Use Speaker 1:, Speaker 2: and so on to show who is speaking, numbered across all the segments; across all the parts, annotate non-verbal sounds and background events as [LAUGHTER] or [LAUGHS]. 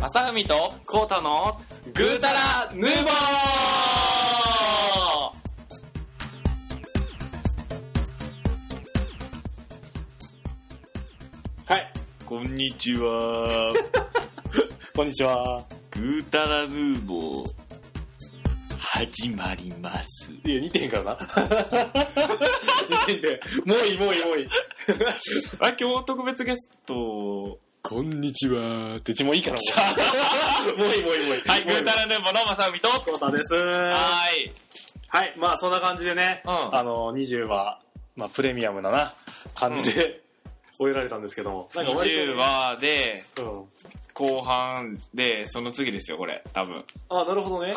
Speaker 1: 朝海と
Speaker 2: コータの
Speaker 1: グータラヌーボー
Speaker 2: はい、こんにちは。
Speaker 1: [LAUGHS] こんにちは。
Speaker 2: グータラヌーボー、始まります。
Speaker 1: いや、似てへんからな。似てへんて。もういい、もういい、もういい。
Speaker 2: あ、今日特別ゲスト、
Speaker 1: こんにちはって、うちもういいから、もう。もういい、もういい、もういい。
Speaker 2: はい、グータラ
Speaker 1: ラ。
Speaker 2: ヌーボーのまさみと、
Speaker 1: コータです。は
Speaker 2: はい。
Speaker 1: い、まあそんな感じでね、
Speaker 2: うん
Speaker 1: あの、20は、まあプレミアムなな、感じで、終えられたんですけども。なんか割と
Speaker 2: 20話で、
Speaker 1: うん。
Speaker 2: 後半で、その次ですよ、これ、多分。
Speaker 1: あ、なるほどね。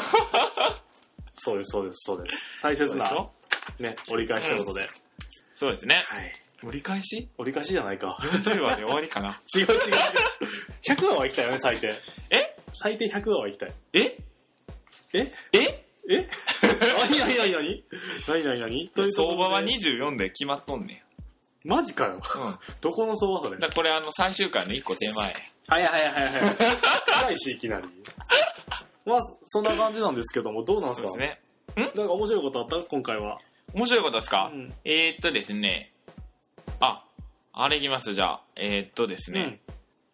Speaker 1: そうです、そうです、そうです。大切
Speaker 2: そうでし
Speaker 1: な
Speaker 2: ょ、
Speaker 1: ね、折り返しということで。
Speaker 2: そうですね。
Speaker 1: はい。
Speaker 2: 折り返し
Speaker 1: 折り返しじゃないか。
Speaker 2: ?40 話で終わりかな。
Speaker 1: 違う違う違う。100話は行きたいよね、最低。
Speaker 2: え
Speaker 1: 最低100話は行きたい。
Speaker 2: [LAUGHS] え
Speaker 1: え
Speaker 2: え
Speaker 1: え何何何何何何何ということで
Speaker 2: 相場は24で決まっとんね
Speaker 1: マジかよ。
Speaker 2: ん。うん。
Speaker 1: どこの相場それ。
Speaker 2: だからこれあの最終回の1個手前。
Speaker 1: はいはいはいはい。暗いし、いきなり。まあ、そんな感じなんですけども、どうなんです
Speaker 2: そう
Speaker 1: か
Speaker 2: ですね。
Speaker 1: なんか面白いことあった今回は。
Speaker 2: 面白いことですか、
Speaker 1: うん
Speaker 2: えー、っとですね。あ、あれいきます、じゃあ。えー、っとですね。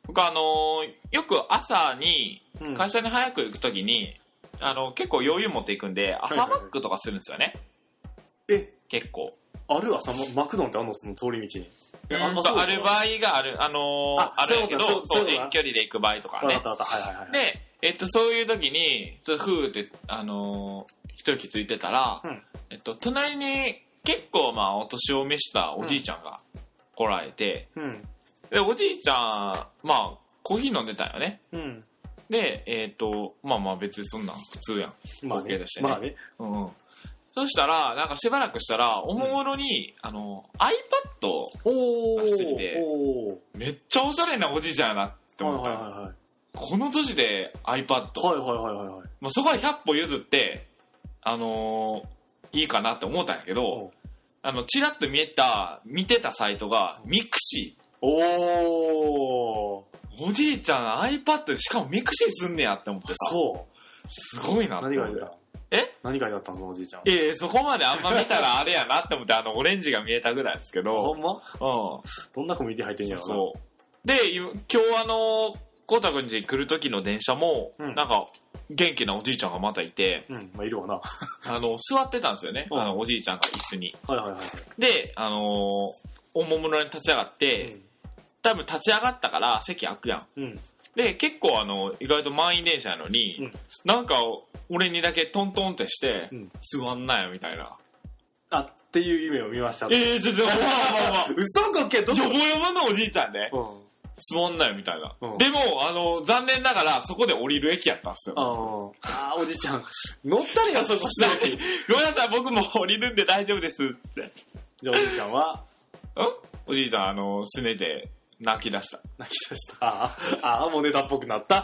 Speaker 2: 僕あのーよく朝に、
Speaker 1: うん。うん
Speaker 2: 会社に早く行くときに、あの、結構余裕持っていくんで、
Speaker 1: は
Speaker 2: 朝
Speaker 1: いはい
Speaker 2: マックとかするんですよね。
Speaker 1: え、
Speaker 2: 結構。
Speaker 1: ある朝、ママクドンってあんのその通り道に。え
Speaker 2: うんとある場合がある、あのー
Speaker 1: あ
Speaker 2: あるんやけ
Speaker 1: そういう
Speaker 2: ど、
Speaker 1: ことだそ
Speaker 2: そう、
Speaker 1: うそういうことだ
Speaker 2: 遠距離で行く場合とか
Speaker 1: わかっ
Speaker 2: ね
Speaker 1: た。わかった。はいはいはい。
Speaker 2: で、えっと、そういう時に、ちょっとふーって、あのー一息ついてたら、
Speaker 1: うん
Speaker 2: えっと、隣に結構まあ、お年を召したおじいちゃんが来られて、
Speaker 1: うん。
Speaker 2: で、おじいちゃん、まあ、コーヒー飲んでたんよね。
Speaker 1: うん。
Speaker 2: で、えっと、まあまあ別にそんなん普通やん。
Speaker 1: まあ
Speaker 2: OK
Speaker 1: ね
Speaker 2: でし。たね
Speaker 1: まあね。
Speaker 2: うんうん。そしたら、なんかしばらくしたら、おもむろに、あの、iPad を
Speaker 1: おー。
Speaker 2: 出してきて
Speaker 1: おー。
Speaker 2: めっちゃおしゃれなおじいちゃんやなって思った。
Speaker 1: はいはいはいはい。
Speaker 2: この年で iPad。
Speaker 1: はいはいはいはいはい。
Speaker 2: まあ、そこは100歩譲って、あのーいいかなって思ったんやけ
Speaker 1: う
Speaker 2: ど
Speaker 1: ん、
Speaker 2: あの、ちらっと見えた、見てたサイトが、ミクシー。
Speaker 1: おー。
Speaker 2: おじいちゃん iPad でしかもミクシーすんねやって思ってさ、
Speaker 1: そ
Speaker 2: すごいな
Speaker 1: う。
Speaker 2: って
Speaker 1: 何が
Speaker 2: 思っ
Speaker 1: いい
Speaker 2: て
Speaker 1: だ
Speaker 2: え
Speaker 1: 何がいいだったのそのおじいちゃん。
Speaker 2: いやいやそこまであんま見たらあれやなって思って、あの、オレンジが見えたぐらいですけ
Speaker 1: ほ
Speaker 2: ど、
Speaker 1: んま
Speaker 2: うん。そ
Speaker 1: どんなコミュニティ入ってんや
Speaker 2: う
Speaker 1: ろ
Speaker 2: そう。で、今日あのー、コータ君家来る時の電車も、
Speaker 1: うん
Speaker 2: なんか、元気なおじいちゃんがまたいて、
Speaker 1: うな。うん、まあいるわな。は
Speaker 2: あの、座ってたんですよね。
Speaker 1: うん
Speaker 2: あの、おじいちゃんが椅子に。
Speaker 1: いはいはい。
Speaker 2: で、あのーおもむろに立ち上がって、多分立ち上がったから席開くやん。
Speaker 1: うん。うん。
Speaker 2: で、結構あの、意外と満員電車やのに、
Speaker 1: うん
Speaker 2: なんか、俺にだけトントンってして、
Speaker 1: うん
Speaker 2: 座んなよみたいな。
Speaker 1: あ、っていう夢を見ました。
Speaker 2: ええー、全然、まあまあまあ。
Speaker 1: [LAUGHS] 嘘こけど
Speaker 2: よぼよぼのおじいちゃんで、
Speaker 1: うん。
Speaker 2: 座んなよみたいな。
Speaker 1: うん
Speaker 2: でも、あの、残念ながら、そこで降りる駅やったんすよ。
Speaker 1: あーあー、おじいちゃん。乗ったりや、そこした [LAUGHS] 時。
Speaker 2: ごめんなさい、僕も降りるんで大丈夫ですって。ん
Speaker 1: じゃあおじいちゃんは、
Speaker 2: おじいちゃん、あの、すねて泣き出した。
Speaker 1: 泣き出した。あーあー、もうネタっぽくなった。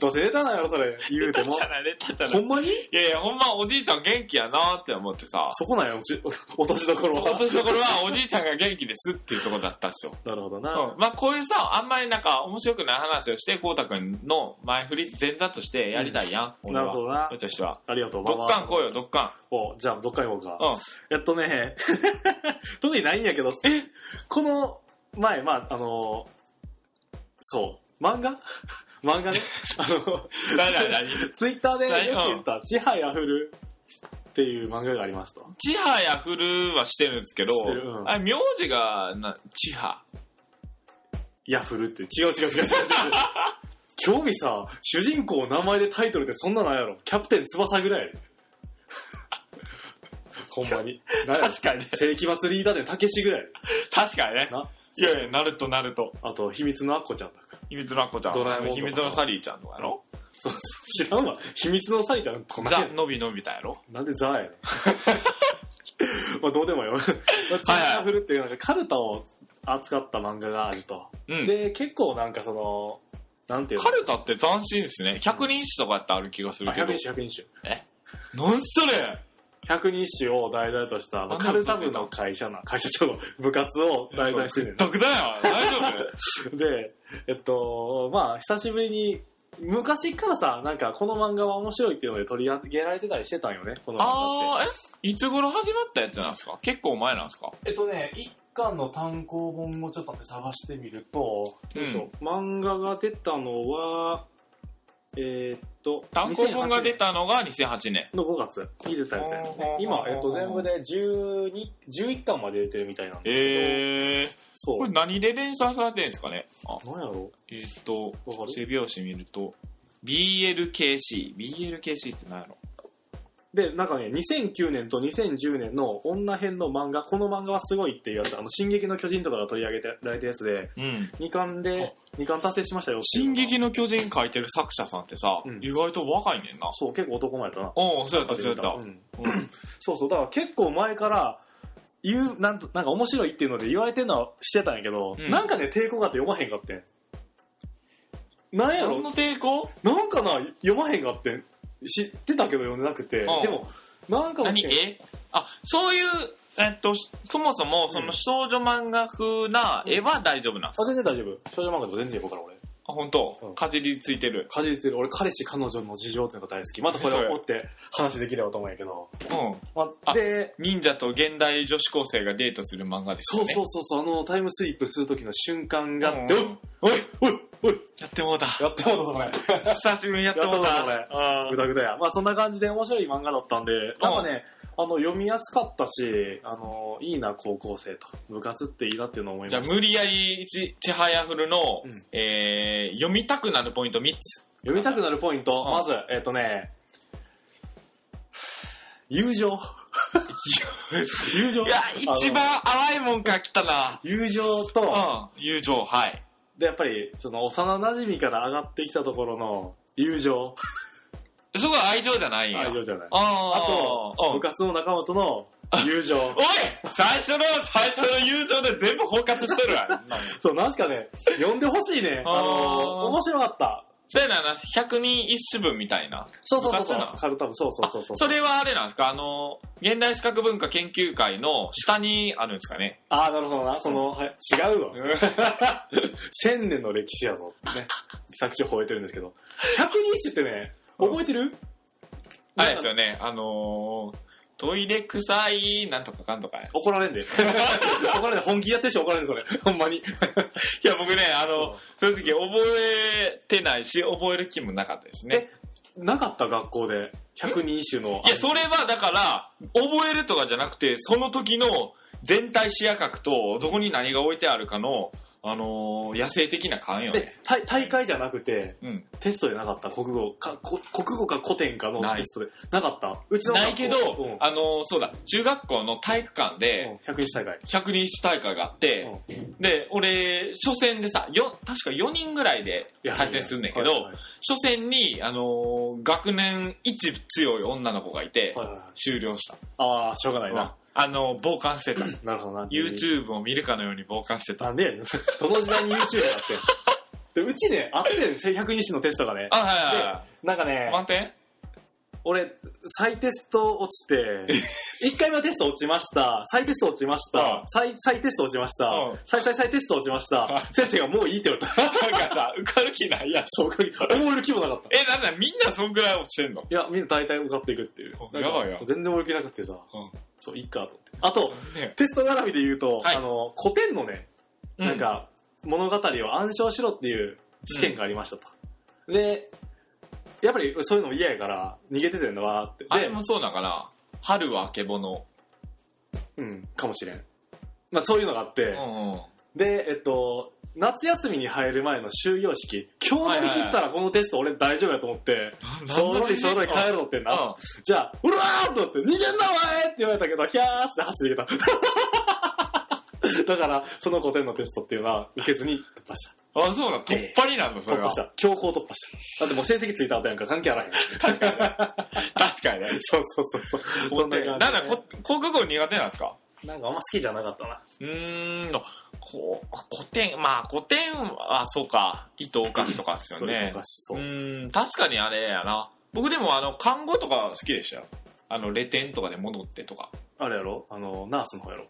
Speaker 1: どうせネタなんやろ、それ。言うても
Speaker 2: じゃ。ない、レタじゃな
Speaker 1: [LAUGHS] ほ
Speaker 2: い。
Speaker 1: んまに
Speaker 2: いやいや、ほんまおじいちゃん元気やなって思ってさ、
Speaker 1: そこなんや、おじお落としどころ
Speaker 2: 落
Speaker 1: は。
Speaker 2: としどころはおじいちゃんが元気ですっていうところだったんですよ。
Speaker 1: なるほど
Speaker 2: う
Speaker 1: な。
Speaker 2: ん、まあこういうさ、あんまりなんか面白くない話をして、こうたくんの前振り、前座としてやりたいやん、俺
Speaker 1: なる
Speaker 2: は。
Speaker 1: ほどな
Speaker 2: う。ちとしては。
Speaker 1: ありがとう、
Speaker 2: どっかん来いよ、どっか
Speaker 1: おじゃあ、どっか行こうか。
Speaker 2: ん。うん。
Speaker 1: えっとね、 [LAUGHS] 特にないんやけど、えこの前、まあ、あの、そう、漫画 [LAUGHS] 漫画 [LAUGHS] ね。あの、
Speaker 2: 何何何
Speaker 1: ツイッターで
Speaker 2: 何
Speaker 1: よく言った、ちはやふるっていう漫画がありますと。
Speaker 2: ちはやふるはしてるんですけど
Speaker 1: してるう、ん
Speaker 2: あれ名字が、な、ちは。
Speaker 1: やふるっていう。違う違う違う違う違う。興味さ、主人公の名前でタイトルってそんなないやろ。キャプテン翼ぐら
Speaker 2: [LAUGHS]
Speaker 1: いやで。ほんまに。なんやろ
Speaker 2: かに。
Speaker 1: 世紀末リーダーでたけしぐらいやで。
Speaker 2: 確かにね
Speaker 1: ない
Speaker 2: やいや、ナルト、ナルト。
Speaker 1: あと、秘密のアッコちゃんだ。
Speaker 2: 秘密のアッコちゃん。
Speaker 1: ドラえもんとか
Speaker 2: 秘密のサリーちゃんとかやろ
Speaker 1: そうそう知らんわ。秘密のサリちゃん、こんなんや
Speaker 2: ザ、のびのびたやろ
Speaker 1: なんでザーやね
Speaker 2: [LAUGHS]
Speaker 1: ん。まあどうでもよ。まあチャーフルっていうなんかカルタを扱った漫画があると。
Speaker 2: うん。
Speaker 1: で、結構なんかその、なんていうの
Speaker 2: カルタって斬新ですね。百人一首とかやってある気がする
Speaker 1: あ
Speaker 2: けど
Speaker 1: 百。人種、百人種。
Speaker 2: なんそれ
Speaker 1: 百人種を題材とした、まあ、カルタ部の会社な、会社長の部活を
Speaker 2: [LAUGHS]
Speaker 1: 題 [LAUGHS] 材してるねんな
Speaker 2: 得だよ大丈夫
Speaker 1: で、えっと、まあ、久しぶりに昔からさ、なんかこの漫画は面白いっていうので取り上げられてたりしてたんよね、この漫画って。
Speaker 2: あー、えいつ頃始まったやつなんですか結構前なんですか
Speaker 1: えっとね、一巻の単行本をちょっと探してみると、どうしよう漫画が出たのは、えーっと、
Speaker 2: 単行本が出
Speaker 1: 2008
Speaker 2: たのが2008年。
Speaker 1: 年の5月に出たやつやね
Speaker 2: ほうほうほうほう。
Speaker 1: 今、えっと、全部で12、11巻まで出てるみたいなんですけど、
Speaker 2: えー、
Speaker 1: そ
Speaker 2: これ
Speaker 1: う。
Speaker 2: 何で連載されてるんですかねあ
Speaker 1: 何やろ
Speaker 2: えーっと、
Speaker 1: うわかる
Speaker 2: 背拍子見ると、BLKC。BLKC って何やろ
Speaker 1: で、なんかね、2009年と2010年の女編の漫画、この漫画はすごいっていうやつ、あの、進撃の巨人とかが取り上げてられたやつで、
Speaker 2: うん。
Speaker 1: 2巻で、2巻達成しましたよっていう
Speaker 2: 進
Speaker 1: のが。
Speaker 2: 撃の巨人書いてる作者さんってさ、
Speaker 1: うん
Speaker 2: 意外と若いねんな。
Speaker 1: そう、結構男前やったな。
Speaker 2: おおそうやった、そうやった。
Speaker 1: うん
Speaker 2: うん
Speaker 1: そうそう、だから結構前から、言う、なんと、なんか面白いっていうので言われてんのはしてたんやけど、
Speaker 2: うん
Speaker 1: なんかね、抵抗があって読まへんかってん。なんや
Speaker 2: そんな
Speaker 1: ろ
Speaker 2: 抵抗
Speaker 1: なんかな、読まへんかってん。知ってたけど読んでなくて。
Speaker 2: ん
Speaker 1: でも、なんかの
Speaker 2: 何えあ、そういう、えっと、そもそも、そうの
Speaker 1: ん
Speaker 2: 少女漫画風な絵は大丈夫なんですか、
Speaker 1: あ、全然大丈夫。少女漫画とか全然行こうから俺。
Speaker 2: あ、本当、
Speaker 1: うん
Speaker 2: かじりついてる。
Speaker 1: かじりついてる。俺、彼氏彼女の事情っていうのが大好き。またこれを追って話できればと思うんやけど。
Speaker 2: うん。
Speaker 1: ま
Speaker 2: あ
Speaker 1: で、
Speaker 2: 忍者と現代女子高生がデートする漫画です
Speaker 1: そ
Speaker 2: よ
Speaker 1: う
Speaker 2: ね。
Speaker 1: そうそうそう、あの、タイムスリップする時の瞬間があって、
Speaker 2: うん
Speaker 1: おいおいおい
Speaker 2: やってもうた。
Speaker 1: やったことそれ。
Speaker 2: 久しぶりにやってもうた。
Speaker 1: [LAUGHS] やってもうたぐだぐだや。まあそんな感じで面白い漫画だったんで、なんかね、あの、読みやすかったし、あの、いいな、高校生と。部活っていいなっていうのを思い
Speaker 2: じゃあ
Speaker 1: ま、した。
Speaker 2: 無理やりち、ちはやふるの、
Speaker 1: うん
Speaker 2: えー、読みたくなるポイント3つ。
Speaker 1: 読みたくなるポイント、
Speaker 2: うん
Speaker 1: まず、えっ、とね、友情。 [LAUGHS] 友情
Speaker 2: いや、一
Speaker 1: あの
Speaker 2: 番淡いもんから来たな。
Speaker 1: 友情と、
Speaker 2: うん、友情、はい。
Speaker 1: で、やっぱり、その、幼馴染から上がってきたところの、友情。
Speaker 2: そこは愛情じゃないんや。
Speaker 1: 愛情じゃない。
Speaker 2: あー
Speaker 1: あと、
Speaker 2: うん
Speaker 1: 部活の仲間との友情 [LAUGHS]
Speaker 2: お。い最初の、最初の友情で全部包括してるわ。
Speaker 1: そう、なんすかね、読んでほしいね。
Speaker 2: あー
Speaker 1: あの、面白かった。
Speaker 2: [LAUGHS] そうやな、100人一首分みたいな。
Speaker 1: そう
Speaker 2: そうそうそう
Speaker 1: カルタブ、そうそうそうそう。
Speaker 2: それはあれなんですかあの、現代史学文化研究会の下にあるんですかね
Speaker 1: ああ、なるほどな。その、はい、違うわ。千年の歴史やぞ。ね。作詞を吠えてるんですけど。百人一首ってね、覚えてる
Speaker 2: あれです
Speaker 1: よ。
Speaker 2: よね、あのー、トイレ臭い、なんとかかんとか。い
Speaker 1: 怒ら
Speaker 2: [LAUGHS]
Speaker 1: れんで。怒られんで。本気でやってる人怒られんで、それ。ほんまに。
Speaker 2: や、僕ね、あの、正直覚えてないし、覚える気もなかったですね。
Speaker 1: なかった学校で、百人一首の。
Speaker 2: いや、それはだから、覚えるとかじゃなくて、その時の全体視野角と、どこに何が置いてあるかの、あのー、野生的な感よね。
Speaker 1: で、大大会じゃなくて、
Speaker 2: うん。
Speaker 1: テストでなかった、国語。かこ国語か古典かの
Speaker 2: ない
Speaker 1: テストで。なかった。うちの学校
Speaker 2: ないけど、
Speaker 1: うん
Speaker 2: あのー、そうだ、中学校の体育館で、
Speaker 1: 百人一首大会。
Speaker 2: 百人一首大会があって、
Speaker 1: うん
Speaker 2: で、俺、初戦でさ、よ、確か4人ぐらいで対戦するんだけど、
Speaker 1: はいはい
Speaker 2: 初戦に、あのー学年一強い女の子がいて、
Speaker 1: はいはいはい
Speaker 2: 終了した。
Speaker 1: ああ、しょうがない
Speaker 2: あ
Speaker 1: な。
Speaker 2: のー傍観してた。
Speaker 1: なるほどな。
Speaker 2: YouTube を見るかのように傍観してた。
Speaker 1: なんでやねん。 [LAUGHS] どの時代に YouTube やってん。で、うちね、あってん、100日のテストがね。
Speaker 2: あ、はいはいは
Speaker 1: なんかね
Speaker 2: い。、満点
Speaker 1: 俺、再テスト落
Speaker 2: [LAUGHS]
Speaker 1: ちて、1回目はテスト落ちました、再テスト落ちました
Speaker 2: うん、
Speaker 1: 再、再テスト落ちました
Speaker 2: うん、
Speaker 1: 再再再テスト落ちまし
Speaker 2: うん
Speaker 1: た、先生がもういいって言われた。
Speaker 2: なんかさ、受かる気ない
Speaker 1: い
Speaker 2: やん。
Speaker 1: や、 [LAUGHS] そうか、思える気もなかった。
Speaker 2: え、なんだ、みんなそんぐらい落ちてんの
Speaker 1: いや、みんな大体受かっていくっていう。
Speaker 2: うんやばいや
Speaker 1: なんか全然思い気なくてさ
Speaker 2: うん、
Speaker 1: そう、いっかと思って。あと、
Speaker 2: ね
Speaker 1: テスト絡みで言うと、
Speaker 2: はい
Speaker 1: あの、古典のね、なん、か、物語を暗唱しろっていう試験がありましたと。で、やっぱりそういうのも嫌やから、逃げててんのはって。
Speaker 2: あれ
Speaker 1: で、
Speaker 2: もそうなんかな。春はあけぼの。
Speaker 1: うん、かもしれん。まあそういうのがあって、
Speaker 2: うんうん。
Speaker 1: で、えっと、夏休みに入る前の終業式、今日乗り切ったらこのテスト俺大丈夫やと思って、そろりそろり帰ろうって
Speaker 2: うん
Speaker 1: な。じゃあ、うらーっと思って、逃げんなお前って言われたけど、ひゃーって走って逃げた。だ [LAUGHS] から、その古典のテストっていうのは受けずに突破した。
Speaker 2: あ、そうだ、突破になんだ、それ
Speaker 1: 突
Speaker 2: は
Speaker 1: 破し。た。強行突破した。だってもう成績ついた後やんか関係あらへん。
Speaker 2: 確かにね。
Speaker 1: [LAUGHS] そうそうそうそう。そんな感じ。
Speaker 2: なんだ、こ国語苦手なんですか
Speaker 1: なんかあんま好きじゃなかったな。
Speaker 2: うーん、こう、古典、まあ古典は、そうか、糸おかしとかですよ
Speaker 1: それ
Speaker 2: ね
Speaker 1: と。かしそうう。
Speaker 2: ーん、確かにあれやな。僕でも、あの、看護とか好きでしたよ。あの、レテンとかで戻ってとか。
Speaker 1: あれやろあの、ナースの方やろ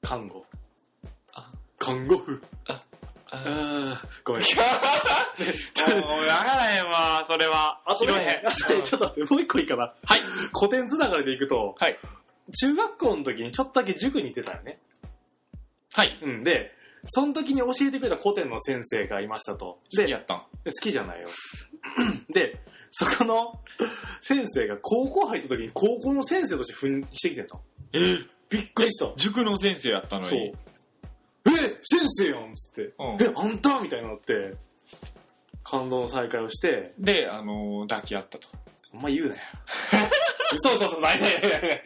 Speaker 1: 看護
Speaker 2: あ。
Speaker 1: 看護婦。
Speaker 2: あ
Speaker 1: [LAUGHS] あーごめん。
Speaker 2: もう分からへんわ、それは。
Speaker 1: あと
Speaker 2: 拾えへ
Speaker 1: ね
Speaker 2: ん。、うん
Speaker 1: [LAUGHS] ちょっと待って、もう一個いいかな。
Speaker 2: はい。
Speaker 1: 古典つながりでいくと、
Speaker 2: はい。
Speaker 1: 中学校の時にちょっとだけ塾に行ってたよね。
Speaker 2: はい。
Speaker 1: うん。で、その時に教えてくれた古典の先生がいましたと。
Speaker 2: 好き
Speaker 1: で、
Speaker 2: やったん。
Speaker 1: 好きじゃないよ。 [CLEARS THROAT] で、そこの先生が高校入った時に高校の先生として赴任してきてんの。
Speaker 2: えー
Speaker 1: びっくりした。
Speaker 2: 塾の先生やったの
Speaker 1: そう。
Speaker 2: に
Speaker 1: え。、先生やんっつって。
Speaker 2: うん
Speaker 1: え、あんたみたいになって、感動の再会をして、
Speaker 2: で、あのー抱き合
Speaker 1: [LAUGHS]
Speaker 2: ったと。
Speaker 1: お前言うなよ。そうそうそう、ないないないない。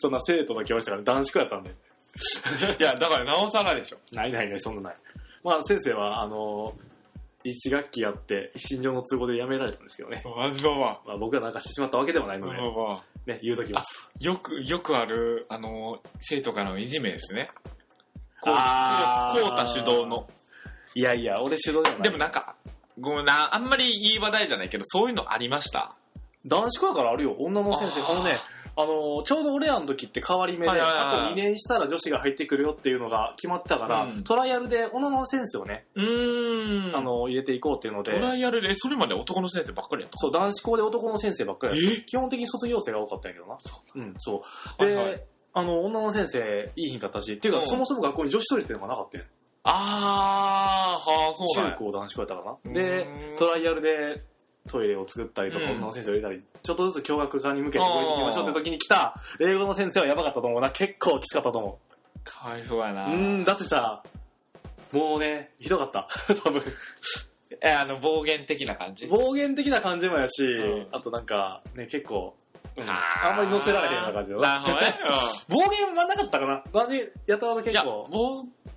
Speaker 1: そんな生徒の教室から男子校やったんで。
Speaker 2: いや、だからなおさらでしょ。
Speaker 1: ないないない、そんなない。まあ先生は、あの、一学期やって、心情の都合で辞められたんですけどね。
Speaker 2: わざわ。
Speaker 1: まあ僕がなんかしてしまったわけではないの
Speaker 2: わ
Speaker 1: で
Speaker 2: ざ、わ。
Speaker 1: ね、言うときます。
Speaker 2: よく、よくある、あのー生徒からのいじめですね。こう、
Speaker 1: あー
Speaker 2: こうた主導の。
Speaker 1: いやいや、俺主導じゃない。
Speaker 2: でもなんか、ごめんな、あんまりいい話題じゃないけど、そういうのありました。
Speaker 1: 男子校やからあるよ、女の先生。
Speaker 2: あー
Speaker 1: あのね、あの、ちょうど俺らの時って変わり目で、
Speaker 2: はいはいはい
Speaker 1: あと2年したら女子が入ってくるよっていうのが決まったから、
Speaker 2: うん
Speaker 1: トライアルで女の先生をね、
Speaker 2: うーん。
Speaker 1: あ、の、入れていこうっていうの
Speaker 2: ト
Speaker 1: で、
Speaker 2: ライアルで、それまで男の先生ばっかりやった。
Speaker 1: そう、男子校で男の先生ばっかりや
Speaker 2: え
Speaker 1: 基本的に卒業生が多かったんやけどな。。
Speaker 2: そう
Speaker 1: ん、そう。で、
Speaker 2: はいはい
Speaker 1: あの、女の先生、いいひんかったし、っていうか、
Speaker 2: うん
Speaker 1: そもそも学校に女子トイレっていうのがなかったよ。
Speaker 2: あー、はあ、そうなん
Speaker 1: 中
Speaker 2: や。
Speaker 1: 高男子校やったか
Speaker 2: う
Speaker 1: な。
Speaker 2: ん
Speaker 1: で、トライアルでトイレを作ったりとか、
Speaker 2: うん
Speaker 1: 女の先生を入れたり、ちょっとずつ共学科に向けてこれ行きましょうって時に来た、英語の先生はやばかったと思うな。結構きつかったと思
Speaker 2: かわいそうや
Speaker 1: う。
Speaker 2: な。
Speaker 1: うん、だってさ、もうね、ひどかった。 [LAUGHS] 多分。
Speaker 2: え、あの、暴言的な感じ。
Speaker 1: 暴言的な感じもやし、
Speaker 2: うん
Speaker 1: あとなんか、ね、結構、うん
Speaker 2: ー
Speaker 1: あんまり乗せられへんような感じだな
Speaker 2: なるほどね。
Speaker 1: 暴言はなかったかなマジ、やたら
Speaker 2: うんい
Speaker 1: [LAUGHS] 結
Speaker 2: や、
Speaker 1: 構。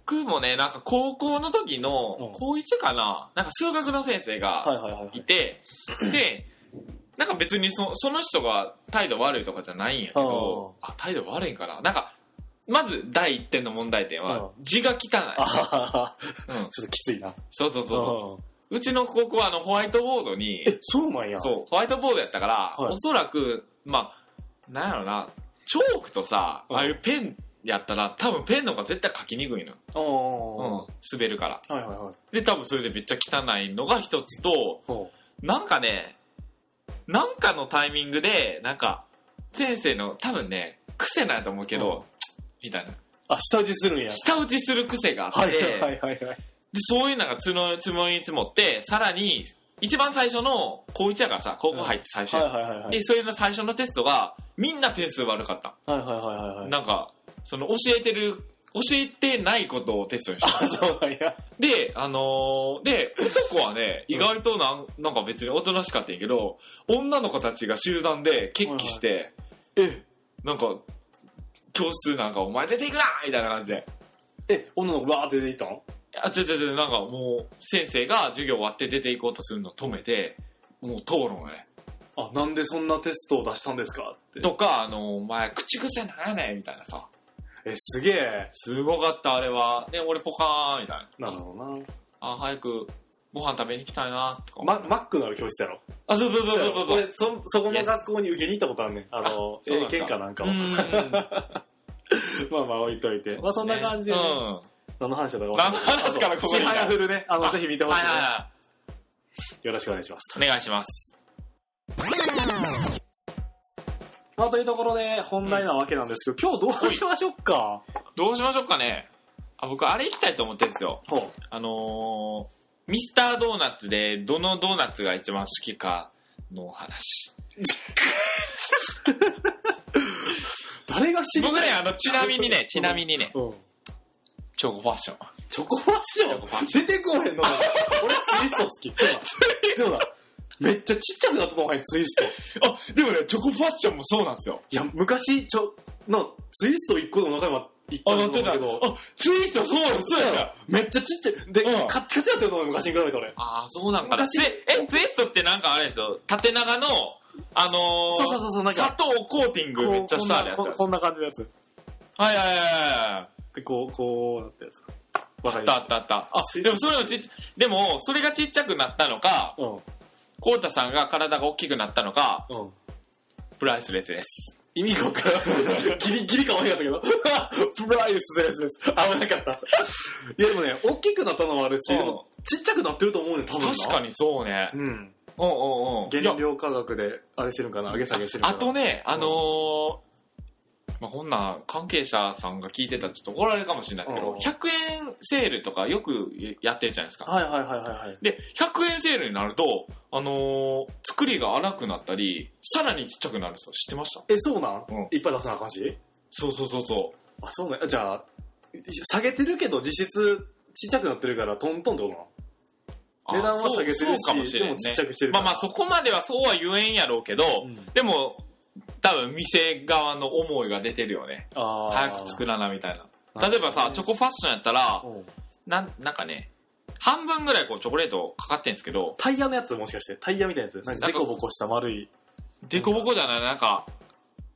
Speaker 2: 僕もね、なんか高校の時
Speaker 1: うん
Speaker 2: の、高一かな、なんか数学の先生
Speaker 1: はい
Speaker 2: が
Speaker 1: はいはいはい
Speaker 2: い。て、で、なんか別にそその人が態度悪いとかじゃないんやけど、あ、態度悪いんかななんか、まず第一点の問題点は、字が汚
Speaker 1: あ
Speaker 2: い。
Speaker 1: はは
Speaker 2: うん、
Speaker 1: ちょっときついな。
Speaker 2: そうそうそうう。うちの高校はあのホワイトボードに、
Speaker 1: んえ、そうなんや。
Speaker 2: そう、ホワイトボードやったから、
Speaker 1: はい
Speaker 2: おそらく、まあ、なんやろな、チョークとさ、
Speaker 1: うん
Speaker 2: ああいうペンやったら、多分ペンの方が絶対書きにくいの。
Speaker 1: うんうんうん。
Speaker 2: う
Speaker 1: は
Speaker 2: ん、滑るから。
Speaker 1: いはいはい。
Speaker 2: で、多分それでめっちゃ汚いのが一つと、
Speaker 1: ほ
Speaker 2: なんかね、なんかのタイミングで、なんか、先生の、多分ね、癖なんやと思うけど、みたいな。
Speaker 1: うあ、下打ちするんや。
Speaker 2: 舌打ちする癖があ
Speaker 1: は
Speaker 2: っ
Speaker 1: い
Speaker 2: て、
Speaker 1: はいはいはい。
Speaker 2: で、そういうのが積もり積もり積もって、さらに、一番最初の、高1やからさ、高校入って最初や
Speaker 1: は
Speaker 2: ん
Speaker 1: いはいはいはい。
Speaker 2: で、それの最初のテストが、みんな点数悪かった。
Speaker 1: はいはいはいはいはい。
Speaker 2: なんか、その教えてる、教えてないことをテストにした。
Speaker 1: [LAUGHS] あ、そうなんや。
Speaker 2: で、あのーで、男はね、
Speaker 1: うん
Speaker 2: 意外となんなんか別におとなしかったんやけど、女の子たちが集団で決起して、
Speaker 1: え、
Speaker 2: なんか、教室なんかお前出ていくなみたいな感じで。
Speaker 1: え、女の子わーって出ていったの
Speaker 2: あ、違う違う違う、なんかもう、先生が授業終わって出ていこうとするの止めて、もう討論をね。
Speaker 1: あ、なんでそんなテストを出したんですかって。
Speaker 2: とか、あのーお前、口癖ならないみたいなさ。
Speaker 1: え、すげえ。
Speaker 2: すごかった、あれは。で、俺ポカーンみたいな。
Speaker 1: なるほどな。
Speaker 2: あ、早くご飯食べに行きたいな、とか。
Speaker 1: ママックのある教室やろ。
Speaker 2: あ、そうそうそうそうそう。
Speaker 1: 俺、そ、そこの学校に受けに行ったことあるねん。あの、
Speaker 2: そうな
Speaker 1: 英
Speaker 2: んだ
Speaker 1: 検かなんか
Speaker 2: う
Speaker 1: を。
Speaker 2: ん。
Speaker 1: [LAUGHS] まあまあ置いといて。まあそんな感じで
Speaker 2: う
Speaker 1: ね
Speaker 2: ん。。は
Speaker 1: 何の話だったか
Speaker 2: 何の話からここに
Speaker 1: に。シハヤフルね。あの、
Speaker 2: あ
Speaker 1: ぜひ見て
Speaker 2: い
Speaker 1: ほしい
Speaker 2: はい
Speaker 1: ね。
Speaker 2: は
Speaker 1: よろしくお願いします。
Speaker 2: い。お願いします。
Speaker 1: まあというところで本題なわけなんですけど、今日どうしましょうか。
Speaker 2: どうしましょうかね。あ、僕、あれ行きたいと思ってるんですよ。
Speaker 1: ほ
Speaker 2: あのー、ミスタードーナツで、どのドーナツが一番好きかの話。
Speaker 1: 誰が知り
Speaker 2: 僕
Speaker 1: た
Speaker 2: ね
Speaker 1: い、
Speaker 2: あの、ちなみにね、ちなみにね、
Speaker 1: うん
Speaker 2: チョコファッション。
Speaker 1: チョコファッシ
Speaker 2: チョコファッ
Speaker 1: ョン出てこへんのかな俺ツイスト好き。そうだ。めっちゃちっちゃくなったのお前ツイスト。い
Speaker 2: あ、でもね、チョコファッションもそうなんですよ。
Speaker 1: や、昔、ちょ、な、ツイスト1個の中には行った
Speaker 2: あ、
Speaker 1: ん
Speaker 2: な
Speaker 1: だ
Speaker 2: ってた。
Speaker 1: け
Speaker 2: あ
Speaker 1: ど、、
Speaker 2: ツイートそうや、そうや。
Speaker 1: めっちゃちっちゃい。で、
Speaker 2: うん
Speaker 1: カッチカチやってると思う昔に比べて俺。
Speaker 2: ああ、そうなんかな。
Speaker 1: 昔
Speaker 2: ツイえ、ツイストってなんかあれですよ。縦長の、あ
Speaker 1: そうそう
Speaker 2: のー、
Speaker 1: そうそう、なん
Speaker 2: 砂
Speaker 1: か、
Speaker 2: 糖コーティングめっちゃしたあるやつ
Speaker 1: こうこんなここんな感じのやつ。
Speaker 2: はいはいはいはい。
Speaker 1: で、こう、こうなったやつ。わか
Speaker 2: あっ
Speaker 1: り
Speaker 2: た
Speaker 1: ま
Speaker 2: あったあった。
Speaker 1: あ
Speaker 2: でもそれのちっでも、それがちっちゃくなったのか、
Speaker 1: す。うん。
Speaker 2: コウタさんが体が大きくなったのか、
Speaker 1: うん。
Speaker 2: プライスレスです。
Speaker 1: 意味がわからん。 [LAUGHS] ギリギリかわいかったけど。 [LAUGHS] プライスですです。危なかった。いやでもね、大きくなったのもあるし、
Speaker 2: うん
Speaker 1: でもちっちゃくなってると思うね多分な
Speaker 2: 確かにそうね。
Speaker 1: うん
Speaker 2: うんうんうん。いや
Speaker 1: 原料価格であれしてるんかな上げ下げしてるんか
Speaker 2: あ
Speaker 1: な
Speaker 2: とね、あのーまあ、こんなん関係者さんが聞いてたらちょっと怒られるかもしれないですけ
Speaker 1: う
Speaker 2: ど、
Speaker 1: ん
Speaker 2: 100円セールとかよくやってるじゃないですか。
Speaker 1: はいはいはいはいはい
Speaker 2: で、100円セールになると、あのー作りが荒くなったり、さらにちっちゃくなるんですよ。知ってました
Speaker 1: えそうなん、
Speaker 2: うん
Speaker 1: いっぱい出さなあかんし
Speaker 2: そうそうそうそう。
Speaker 1: あそうなんじゃあ下げてるけど実質ちっちゃくなってるからトントンってことなの
Speaker 2: あ
Speaker 1: 値段は
Speaker 2: そう
Speaker 1: 下げてるし
Speaker 2: そうかもしれん
Speaker 1: でも
Speaker 2: ね。
Speaker 1: ちっちゃくしてるか
Speaker 2: ま
Speaker 1: ら
Speaker 2: あまあそこまではそうは言えんやろうけど、
Speaker 1: うん
Speaker 2: でも、多分店側の思いが出てるよね。
Speaker 1: あ
Speaker 2: 早く作らなみたいな。
Speaker 1: ら
Speaker 2: 例えばさ、チョコファッションやったら、
Speaker 1: うん
Speaker 2: なん、なんかね、半分ぐらいこうチョコレートかかってんですけど、
Speaker 1: タイヤのやつもしかしてタイヤみたいなやつなんか
Speaker 2: なん
Speaker 1: デ
Speaker 2: か
Speaker 1: コボコした丸い
Speaker 2: デコボコじゃない、なんか、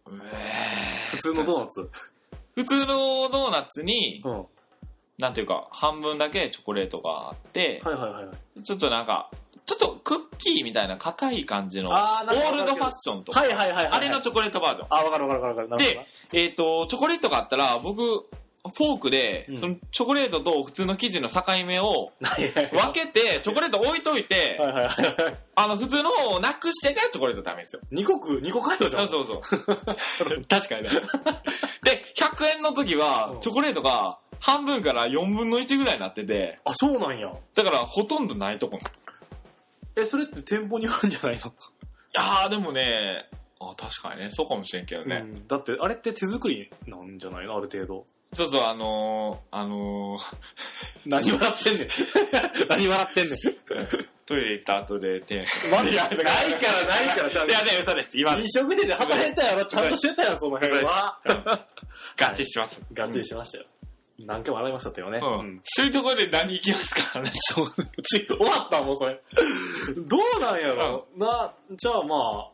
Speaker 2: うえー
Speaker 1: 普通のドーナツ
Speaker 2: 普通のドーナツに、
Speaker 1: うんは
Speaker 2: なんていうか、半分だけチョコレートがあって
Speaker 1: い、はいはいはい
Speaker 2: ちょっとなんか、ちょっとクッキーみたいな硬い感じの、オ
Speaker 1: あーなんか
Speaker 2: ールドファッションとか、
Speaker 1: はいはいはいはいはい
Speaker 2: あれのチョコレートバージョン。
Speaker 1: あわかるわかるわかるなるほどな
Speaker 2: えっ、と、チョコレートがあったら、僕、フォークで
Speaker 1: う、ん
Speaker 2: そのチョコレートと普通の生地の境目を
Speaker 1: はいはい
Speaker 2: 分けて、チョコレート置いといて、
Speaker 1: はい [LAUGHS] はいはいはい
Speaker 2: あの、普通の方をなくしてからチョコレートダメですよ。
Speaker 1: 二個食う二個買えたじゃ
Speaker 2: そ
Speaker 1: ん
Speaker 2: うそうそう。
Speaker 1: [LAUGHS]
Speaker 2: 確かにね。 [LAUGHS] で、100円の時
Speaker 1: う
Speaker 2: は
Speaker 1: ん、
Speaker 2: チョコレートが半分から4分の1ぐらいになってて、
Speaker 1: あそうなんや
Speaker 2: だからほとんどないとこなの。
Speaker 1: えそれって店舗にあるんじゃないの
Speaker 2: あー、でもね、あ確かにね、そうかもしれんけどね。
Speaker 1: うんだってあれって手作りなんじゃないのある程度
Speaker 2: そうそう、あのー、あの
Speaker 1: 何笑ってんねん何笑ってんねん
Speaker 2: ー、トイレ行った後で手、
Speaker 1: マジやないからないから
Speaker 2: いや、ね、嘘です。今、
Speaker 1: 飲食店で働いてたやろちゃんとしてたやろその辺は
Speaker 2: ガチします。
Speaker 1: ガッチリしてましたよ何回も洗いましたよね
Speaker 2: うん。うん。そういうところで何行きますか話
Speaker 1: そう、ち終わったもん、それ。どうなんやろ、な、じゃあまあ、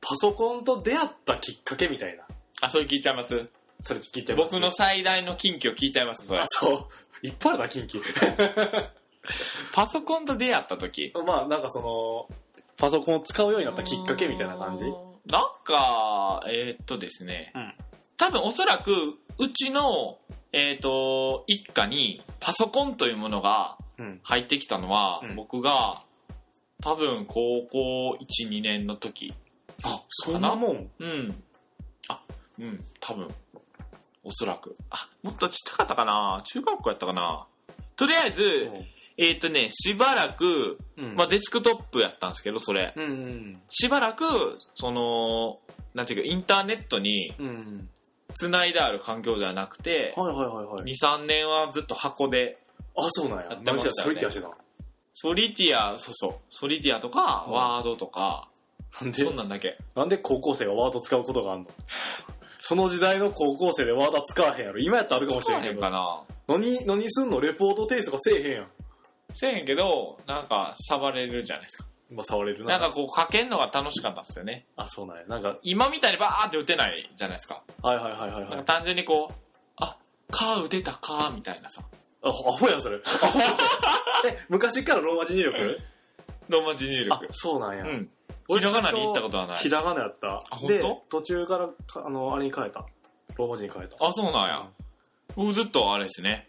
Speaker 1: パソコンと出会ったきっかけみたいな。
Speaker 2: あ、それ聞いちゃいます
Speaker 1: それ聞いてます。
Speaker 2: 僕の最大の近況聞いちゃいます、それ
Speaker 1: あ、。そう。いっぱいあるな、近畿。
Speaker 2: パソコンと出会った時。
Speaker 1: まあ、なんかその、パソコンを使うようになったきっかけみたいな感じ
Speaker 2: うーんなんか、えーっとですね、
Speaker 1: うん
Speaker 2: 多分おそらく、うちの、えーっと、一家にパソコンというものが
Speaker 1: うん。
Speaker 2: 入ってきたのは、
Speaker 1: うん
Speaker 2: 僕が、多分高校1、2年の時。
Speaker 1: あ、そんなもん。
Speaker 2: うん。あ、うん、多分。おそらく。あ、もっとちっちゃかったかな中学校やったかなとりあえず、えーっとね、しばらく、
Speaker 1: うん。
Speaker 2: まあ、デスクトップやったんですけど、それ。
Speaker 1: うんうん。
Speaker 2: しばらく、その、なんていうか、インターネットに
Speaker 1: うん。
Speaker 2: 繋いである環境ではなくて、
Speaker 1: はいはいはいはい。
Speaker 2: 2、3年はずっと箱で、
Speaker 1: あ、そうなんや。
Speaker 2: やってましたよね
Speaker 1: マジでそれってやしてた。
Speaker 2: ソリティア、そうそう、ソリティアとか、
Speaker 1: うん
Speaker 2: ワードとか、
Speaker 1: なん
Speaker 2: そん
Speaker 1: で、
Speaker 2: なんだけ。
Speaker 1: なんで高校生がワード使うことがあんのその時代の高校生でワード使わへんやろ。今やったらあるかもしれん
Speaker 2: せえ
Speaker 1: け
Speaker 2: へん
Speaker 1: ど
Speaker 2: か。な。
Speaker 1: 何、何すんのレポート提出とかせえへんやん。
Speaker 2: せえへんけど、なんか、触れるじゃないですか。
Speaker 1: まあ、触れる
Speaker 2: な
Speaker 1: な。
Speaker 2: んかこう、書けんのが楽しかったっすよね。
Speaker 1: あ、そうなんや。なんか、
Speaker 2: 今みたいにバーって打てないじゃないですか。
Speaker 1: はいはいはいはい、は
Speaker 2: なん
Speaker 1: い
Speaker 2: か。単純にこう、あ、か、打てたか、みたいなさ。
Speaker 1: あ、アホやん、それ。アホ [LAUGHS] え、昔からローマ字入力
Speaker 2: ローマ字入
Speaker 1: あ
Speaker 2: 力、。
Speaker 1: そうなん
Speaker 2: う
Speaker 1: や。
Speaker 2: ん。ひらがなに行ったことはない
Speaker 1: ひ。らがなやった。
Speaker 2: あほんと
Speaker 1: で、途中からか、あの、あれに変えた。ローマ字に変えた。
Speaker 2: あ、そうなんや。僕ずっとあれですね。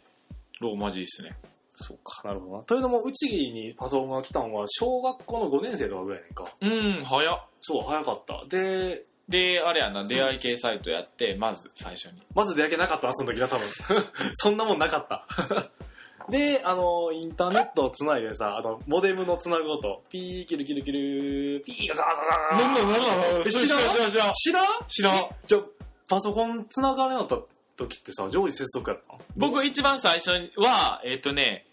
Speaker 2: ローマ字ですね。
Speaker 1: そうか、なるほどな。というのも、うちにパソコンが来たのは、小学校の5年生とかぐらいやねんか。
Speaker 2: うん、早っ。
Speaker 1: そう、早かった。で、
Speaker 2: で、あれやな、出会い系サイトやって、まず最初に。
Speaker 1: まず出会い系なかったな、その時な、多分。 [LAUGHS] そんなもんなかった。 [LAUGHS] で、あの、インターネットをつないでさ、あの、モデムのつなぐ音。ピー、キルキルキル、ピーガガガガガえ知らん
Speaker 2: 知らん
Speaker 1: 知らん
Speaker 2: 知らん
Speaker 1: じゃ、パソコンつながれなかった時ってさ、常時接続やったの
Speaker 2: 僕一番最初は、えっ、とね、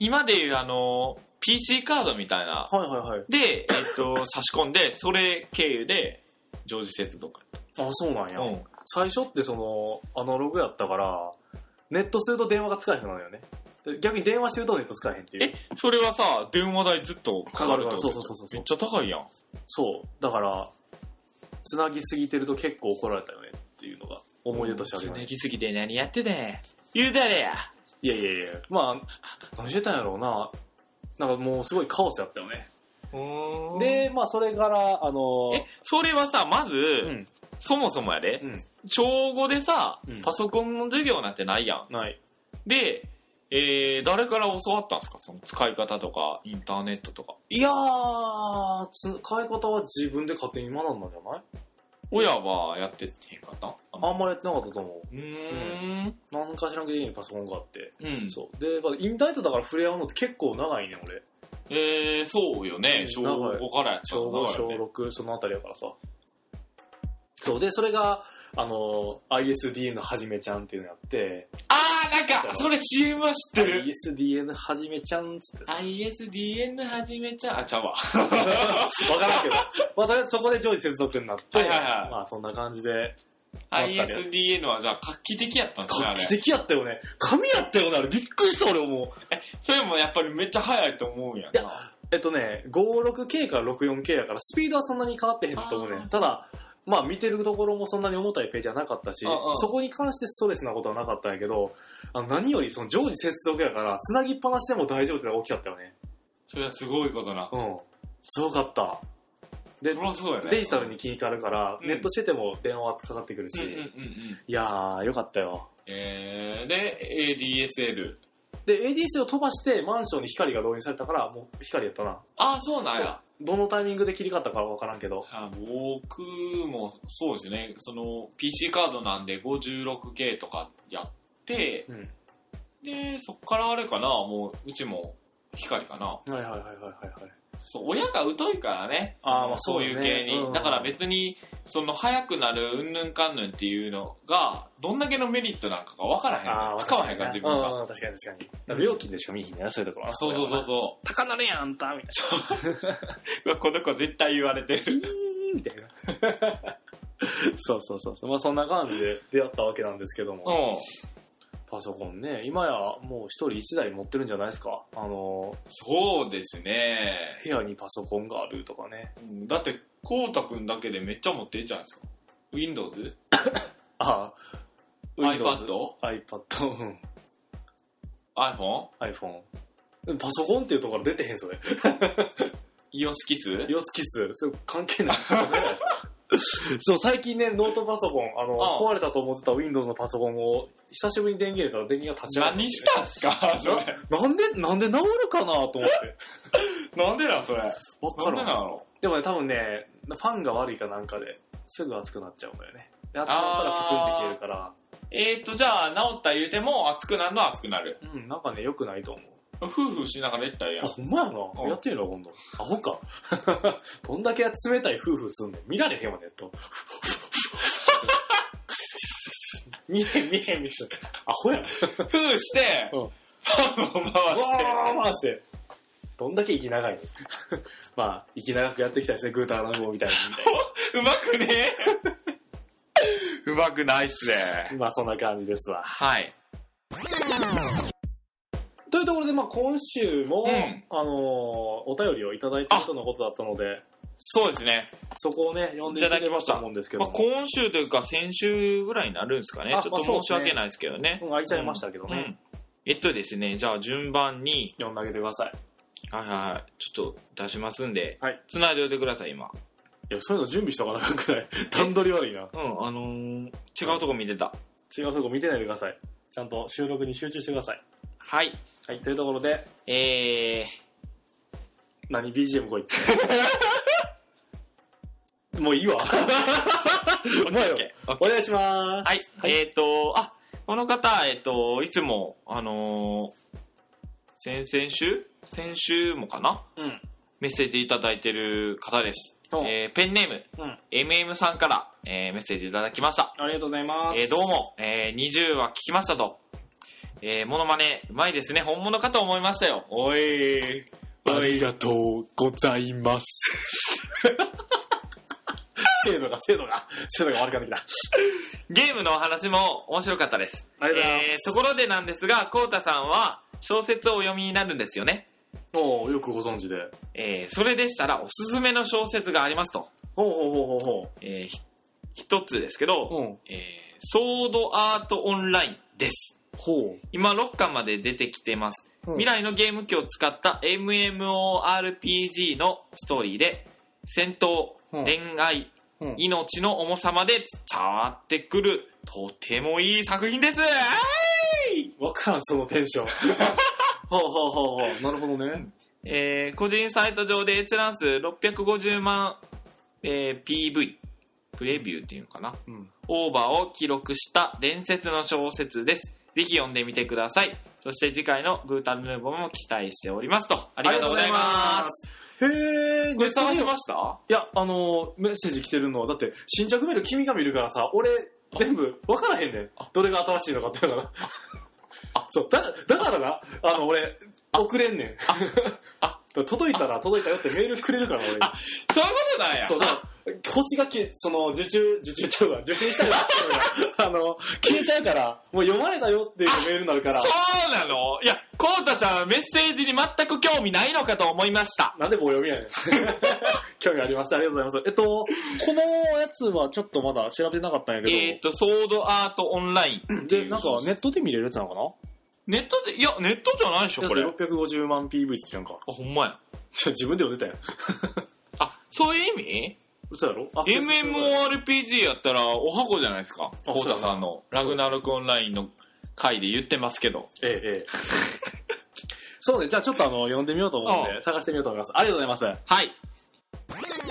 Speaker 2: 今でいうあの、PC カードみたいな。
Speaker 1: はいはいはい。
Speaker 2: で、えっ、と、差し込んで、それ経由で、常時接続やっ
Speaker 1: あ、そうなん
Speaker 2: た。
Speaker 1: や。
Speaker 2: うん。
Speaker 1: 最初ってその、アナログやったから、ネットすると電話が使えへんのよね。で逆に電話してるとネット使えへんっていう。
Speaker 2: え、それはさ、電話代ずっとかかるってこと
Speaker 1: かかるそうそうそうそう
Speaker 2: めっちゃ高いやん。
Speaker 1: そう。だから、つなぎすぎてると結構怒られたよねっていうのが思い出としてあるよね
Speaker 2: ね。ぎすぎて何やってね言うだれや。
Speaker 1: いやいやいや、まあ、何してたんやろうな。なんかもうすごいカオスやったよね。で、まあそれから、あの、
Speaker 2: え、それはさ、まず、
Speaker 1: ん
Speaker 2: そもそもやで、
Speaker 1: うん
Speaker 2: 小5でさ
Speaker 1: うん、
Speaker 2: パソコンの授業なんてないやん。
Speaker 1: ない。
Speaker 2: で、えー、誰から教わったんですかその使い方とか、インターネットとか。
Speaker 1: いやー、使い方は自分で勝手に学んだんじゃない
Speaker 2: 親はやってへんかった
Speaker 1: あんまりやってなかったと思
Speaker 2: う。うーん。
Speaker 1: う。なんかしらの家にパソコンがあって。
Speaker 2: うん。
Speaker 1: そう。で、まあ、インターネットだから触れ合うのって結構長いね、俺。
Speaker 2: えー、そうよね。小
Speaker 1: 長い
Speaker 2: 5からやった
Speaker 1: 小
Speaker 2: ら長い
Speaker 1: 5、小
Speaker 2: よね
Speaker 1: 6、そのあたりやからさ。そう。で、それが、あの、ISDN のはじめちゃんっていうのやって、
Speaker 2: あー、なんか、それ CM は知ってる。
Speaker 1: ISDN はじめちゃんっつってさ。
Speaker 2: ISDN 始めちゃう。あ、ちゃうわ。
Speaker 1: わからんけど。まあ、とりあえずそこで常時接続になって、
Speaker 2: はいはいはい
Speaker 1: まあそんな感じで。
Speaker 2: ISDN はじゃあ画期的やったんですね、あ
Speaker 1: 画期
Speaker 2: れ。
Speaker 1: 的やったよね。紙やったよね、あれ。びっくりした、俺もう。
Speaker 2: それもやっぱりめっちゃ早いと思うんや
Speaker 1: いや
Speaker 2: な。
Speaker 1: えっとね、56K から 64K やから、スピードはそんなに変わってへんと思う
Speaker 2: あ
Speaker 1: ね
Speaker 2: ー。
Speaker 1: ただ、まあ見てるところもそんなに重たいページはなかったし、
Speaker 2: うんうん
Speaker 1: そこに関してストレスなことはなかったんやけど、あの何よりその常時接続やから、繋ぎっぱなしでも大丈夫ってのが大きかったよね。
Speaker 2: それはすごいことな。
Speaker 1: うん。すごかった。で
Speaker 2: そりゃそうやね。
Speaker 1: デジタルに切り替わるから、
Speaker 2: うん
Speaker 1: ネットしてても電話かかってくる
Speaker 2: う
Speaker 1: し、
Speaker 2: んうんうんうん。
Speaker 1: いやー、よかったよ。
Speaker 2: えー、で、ADSL。
Speaker 1: で、ADC を飛ばしてマンションに光が導入されたから、もう光やったな。
Speaker 2: あー、そうなんや。
Speaker 1: どのタイミングで切り替わったかはわからんけど。
Speaker 2: あ僕もそうですね、その PC カードなんで 56K とかやって、
Speaker 1: うん。
Speaker 2: で、そっからあれかな、もううちも光かな。
Speaker 1: はいはいはいはいはい。はい
Speaker 2: そう、親が疎いからね、
Speaker 1: あーまあ
Speaker 2: そういう
Speaker 1: そうだね
Speaker 2: 系に。
Speaker 1: うん
Speaker 2: だから別に、その早くなるうんぬんかんぬんっていうのが、どんだけのメリットなんかが分からへん
Speaker 1: あ
Speaker 2: の。
Speaker 1: ー
Speaker 2: 使わへんから自分が。
Speaker 1: うん、確かに確かに。だから料金でしか見えへんねんな、そういうところは。
Speaker 2: そうそうそう。そ
Speaker 1: 高なるやん、あんた、みた
Speaker 2: う。うわ、この子絶対言われてる。
Speaker 1: いな。ピーンみたいな。そうそうそうそう。まあそんな感じで出会ったわけなんですけど
Speaker 2: うん。
Speaker 1: も。パソコンね、今やもう一人一台持ってるんじゃないですか。あの、
Speaker 2: そうですね。
Speaker 1: 部屋にパソコンがあるとかね。
Speaker 2: うんだって、こうたくんだけでめっちゃ持ってるじゃないですか。Windows?
Speaker 1: ああ、
Speaker 2: iPad?iPhone?
Speaker 1: iPad、うん。iPhone。パソコンっていうところから出てへん、それ。
Speaker 2: イオスキス
Speaker 1: ヨスキス、それ関係 [LAUGHS] ない。そう、最近ね、ノートパソコン、あの、
Speaker 2: う
Speaker 1: 壊れたと思ってた Windows のパソコンを、久しぶりに電源入れたら電源が立ち上がっ
Speaker 2: 何したんすか
Speaker 1: た、
Speaker 2: それ。
Speaker 1: なんで、なんで治るかなと思って。
Speaker 2: なんでなんそれ。
Speaker 1: [LAUGHS] わ
Speaker 2: なんでなん
Speaker 1: からん。
Speaker 2: やろ
Speaker 1: でもね、多分ね、ファンが悪いかなんかで、すぐ熱くなっちゃうんだよね。で熱くなったらプツンって消えるから、
Speaker 2: えーと、じゃあ、治った言うても、熱くなるのは熱くなる。
Speaker 1: うん、なんかね、良くないと思う。
Speaker 2: 夫婦しながら言ったらいいや
Speaker 1: あ、
Speaker 2: ん。 [LAUGHS]
Speaker 1: ほんまやな。
Speaker 2: うん
Speaker 1: やってみろ、今度。アホか。 [LAUGHS] どんだけ冷たい夫婦すんねん。見られへんわ、ネット。 [LAUGHS] 見へん、見へん、見へん。アホやな。
Speaker 2: 夫婦して、
Speaker 1: うん
Speaker 2: パンを回して。
Speaker 1: わー回して。どんだけ息長いの [LAUGHS] まあ、息長くやっていきたいですね、グーターナンゴーみたいに。みたい
Speaker 2: [LAUGHS]
Speaker 1: う
Speaker 2: まくねうまくないっすね。
Speaker 1: なまあ、そんな感じですわ。
Speaker 2: はい。
Speaker 1: というところで、まあ、今週も、
Speaker 2: うん
Speaker 1: あのーお便りをいただいてるとのことだったので、
Speaker 2: そうですね。
Speaker 1: そこをね、読んでいただければと思うんですけど
Speaker 2: まあ、
Speaker 1: も、
Speaker 2: 今週というか先週ぐらいになるんですかね。
Speaker 1: あ
Speaker 2: ちょ
Speaker 1: ま
Speaker 2: っ
Speaker 1: あ
Speaker 2: と申
Speaker 1: そうで
Speaker 2: し
Speaker 1: すね
Speaker 2: 訳ないですけどね。
Speaker 1: うん開いちゃいましたけどね、
Speaker 2: うん。えっとですね、じゃあ順番に、
Speaker 1: 読んであげてください。
Speaker 2: はいはいはい、ちょっと出しますんで、
Speaker 1: はい
Speaker 2: つないでおいてください、今。
Speaker 1: いや、そういうの準備しとかなあかんく [LAUGHS] ない。段取り悪いな。
Speaker 2: うん、あのー、違うとこ見てた。
Speaker 1: 違うとこ見てないでください。ちゃんと収録に集中してください。
Speaker 2: はい。
Speaker 1: はい、というところで、
Speaker 2: え
Speaker 1: 何 BGM [LAUGHS] 来いって。もう [LAUGHS] いいわ。
Speaker 2: ー、
Speaker 1: もうよ
Speaker 2: OK OK
Speaker 1: お願いします。
Speaker 2: はい、
Speaker 1: はい
Speaker 2: えっ、と、あ、この方、えっ、と、いつも、あのー、先々週先週もかな
Speaker 1: うん。
Speaker 2: メッセージいただいてる方です。
Speaker 1: そう
Speaker 2: えー、ペンネーム、
Speaker 1: うん。
Speaker 2: MM さんから、えー、メッセージいただきました。
Speaker 1: ありがとうございます。
Speaker 2: えーどうも、えー20は聞きましたと。えー、モノマネ、うまいですね。本物かと思いましたよ。おい。おい。
Speaker 1: がとうございます。精度が、精度が、精度が悪くなってきた。
Speaker 2: ゲームのお話も面白かったです。
Speaker 1: ありがとうございます。
Speaker 2: えー、ところでなんですが、コウタさんは小説をお読みになるんですよね。
Speaker 1: おうよくご存知で。
Speaker 2: えー、それでしたらおすすめの小説がありますと。
Speaker 1: ほうほうほうほ
Speaker 2: えー、ひ一つですけ
Speaker 1: うほ
Speaker 2: ど、
Speaker 1: う。うん。
Speaker 2: えー、ソードアートオンラインです。
Speaker 1: ほ
Speaker 2: 今6巻まで出てきてます。
Speaker 1: う。
Speaker 2: 未来のゲーム機を使った MMORPG のストーリーで戦闘、
Speaker 1: うん
Speaker 2: 恋愛、
Speaker 1: うん
Speaker 2: 命の重さまで伝わってくるとてもいい作品です
Speaker 1: わからん、そのテンシ [LAUGHS] ョン。ほうほうほうほう。なるほどね。
Speaker 2: えー個人サイト上で閲覧数650万、えー PV、プレビューっていうのかな、
Speaker 1: うん。
Speaker 2: オーバーを記録した伝説の小説です。ぜひ読んでみてください。そして次回のグータンヌーボーも期待しておりますと。あ
Speaker 1: あ。
Speaker 2: りがとうございます
Speaker 1: へえ。
Speaker 2: す。これ探し
Speaker 1: す
Speaker 2: ました
Speaker 1: いや、あのー、メッセージ来てるのは、だって、新着メール君が見るからさ、俺、全部、分からへんねん
Speaker 2: あ。
Speaker 1: どれが新しいのかっていうのが
Speaker 2: あ。
Speaker 1: [LAUGHS] そう、だ、だからな、あの、俺、送れんねん。
Speaker 2: あ
Speaker 1: [LAUGHS] 届いたら届いたよってメールくれるから、俺。
Speaker 2: あそういうことなんや。
Speaker 1: そう、だから、星が消え、その、受注、受注ちゃうわ、受信したら、
Speaker 2: [LAUGHS]
Speaker 1: あの、消えちゃうから、もう読まれたよっていうメールになるから、
Speaker 2: そうなのいや、コウタさんメッセージに全く興味ないのかと思いました。
Speaker 1: なんで棒読みや
Speaker 2: [LAUGHS]
Speaker 1: ねん。興味あります。ありがとうございます。えっと、このやつはちょっとまだ調べてなかったんやけど、
Speaker 2: えっ、と、ソードアートオンラインってい
Speaker 1: で、
Speaker 2: う。
Speaker 1: なんかネットで見れるやつなのかな
Speaker 2: ネットで、いや、ネットじゃないでしょ、これ。
Speaker 1: だ
Speaker 2: あ
Speaker 1: っ、て650万 PV ってなんか。
Speaker 2: ほんまや。
Speaker 1: ちょ、自分でも出たやん。
Speaker 2: あ、そういう意味
Speaker 1: 嘘やろあ
Speaker 2: ?MMORPG やったら、お箱じゃないですか。
Speaker 1: あ
Speaker 2: コウタさんの、ラグナロクオンラインの回で言ってますけど。
Speaker 1: ええ、ええ。そうね、じゃあちょっとあの、読んでみようと思うんで、探してみようと思います。ありがとうございます。
Speaker 2: はい。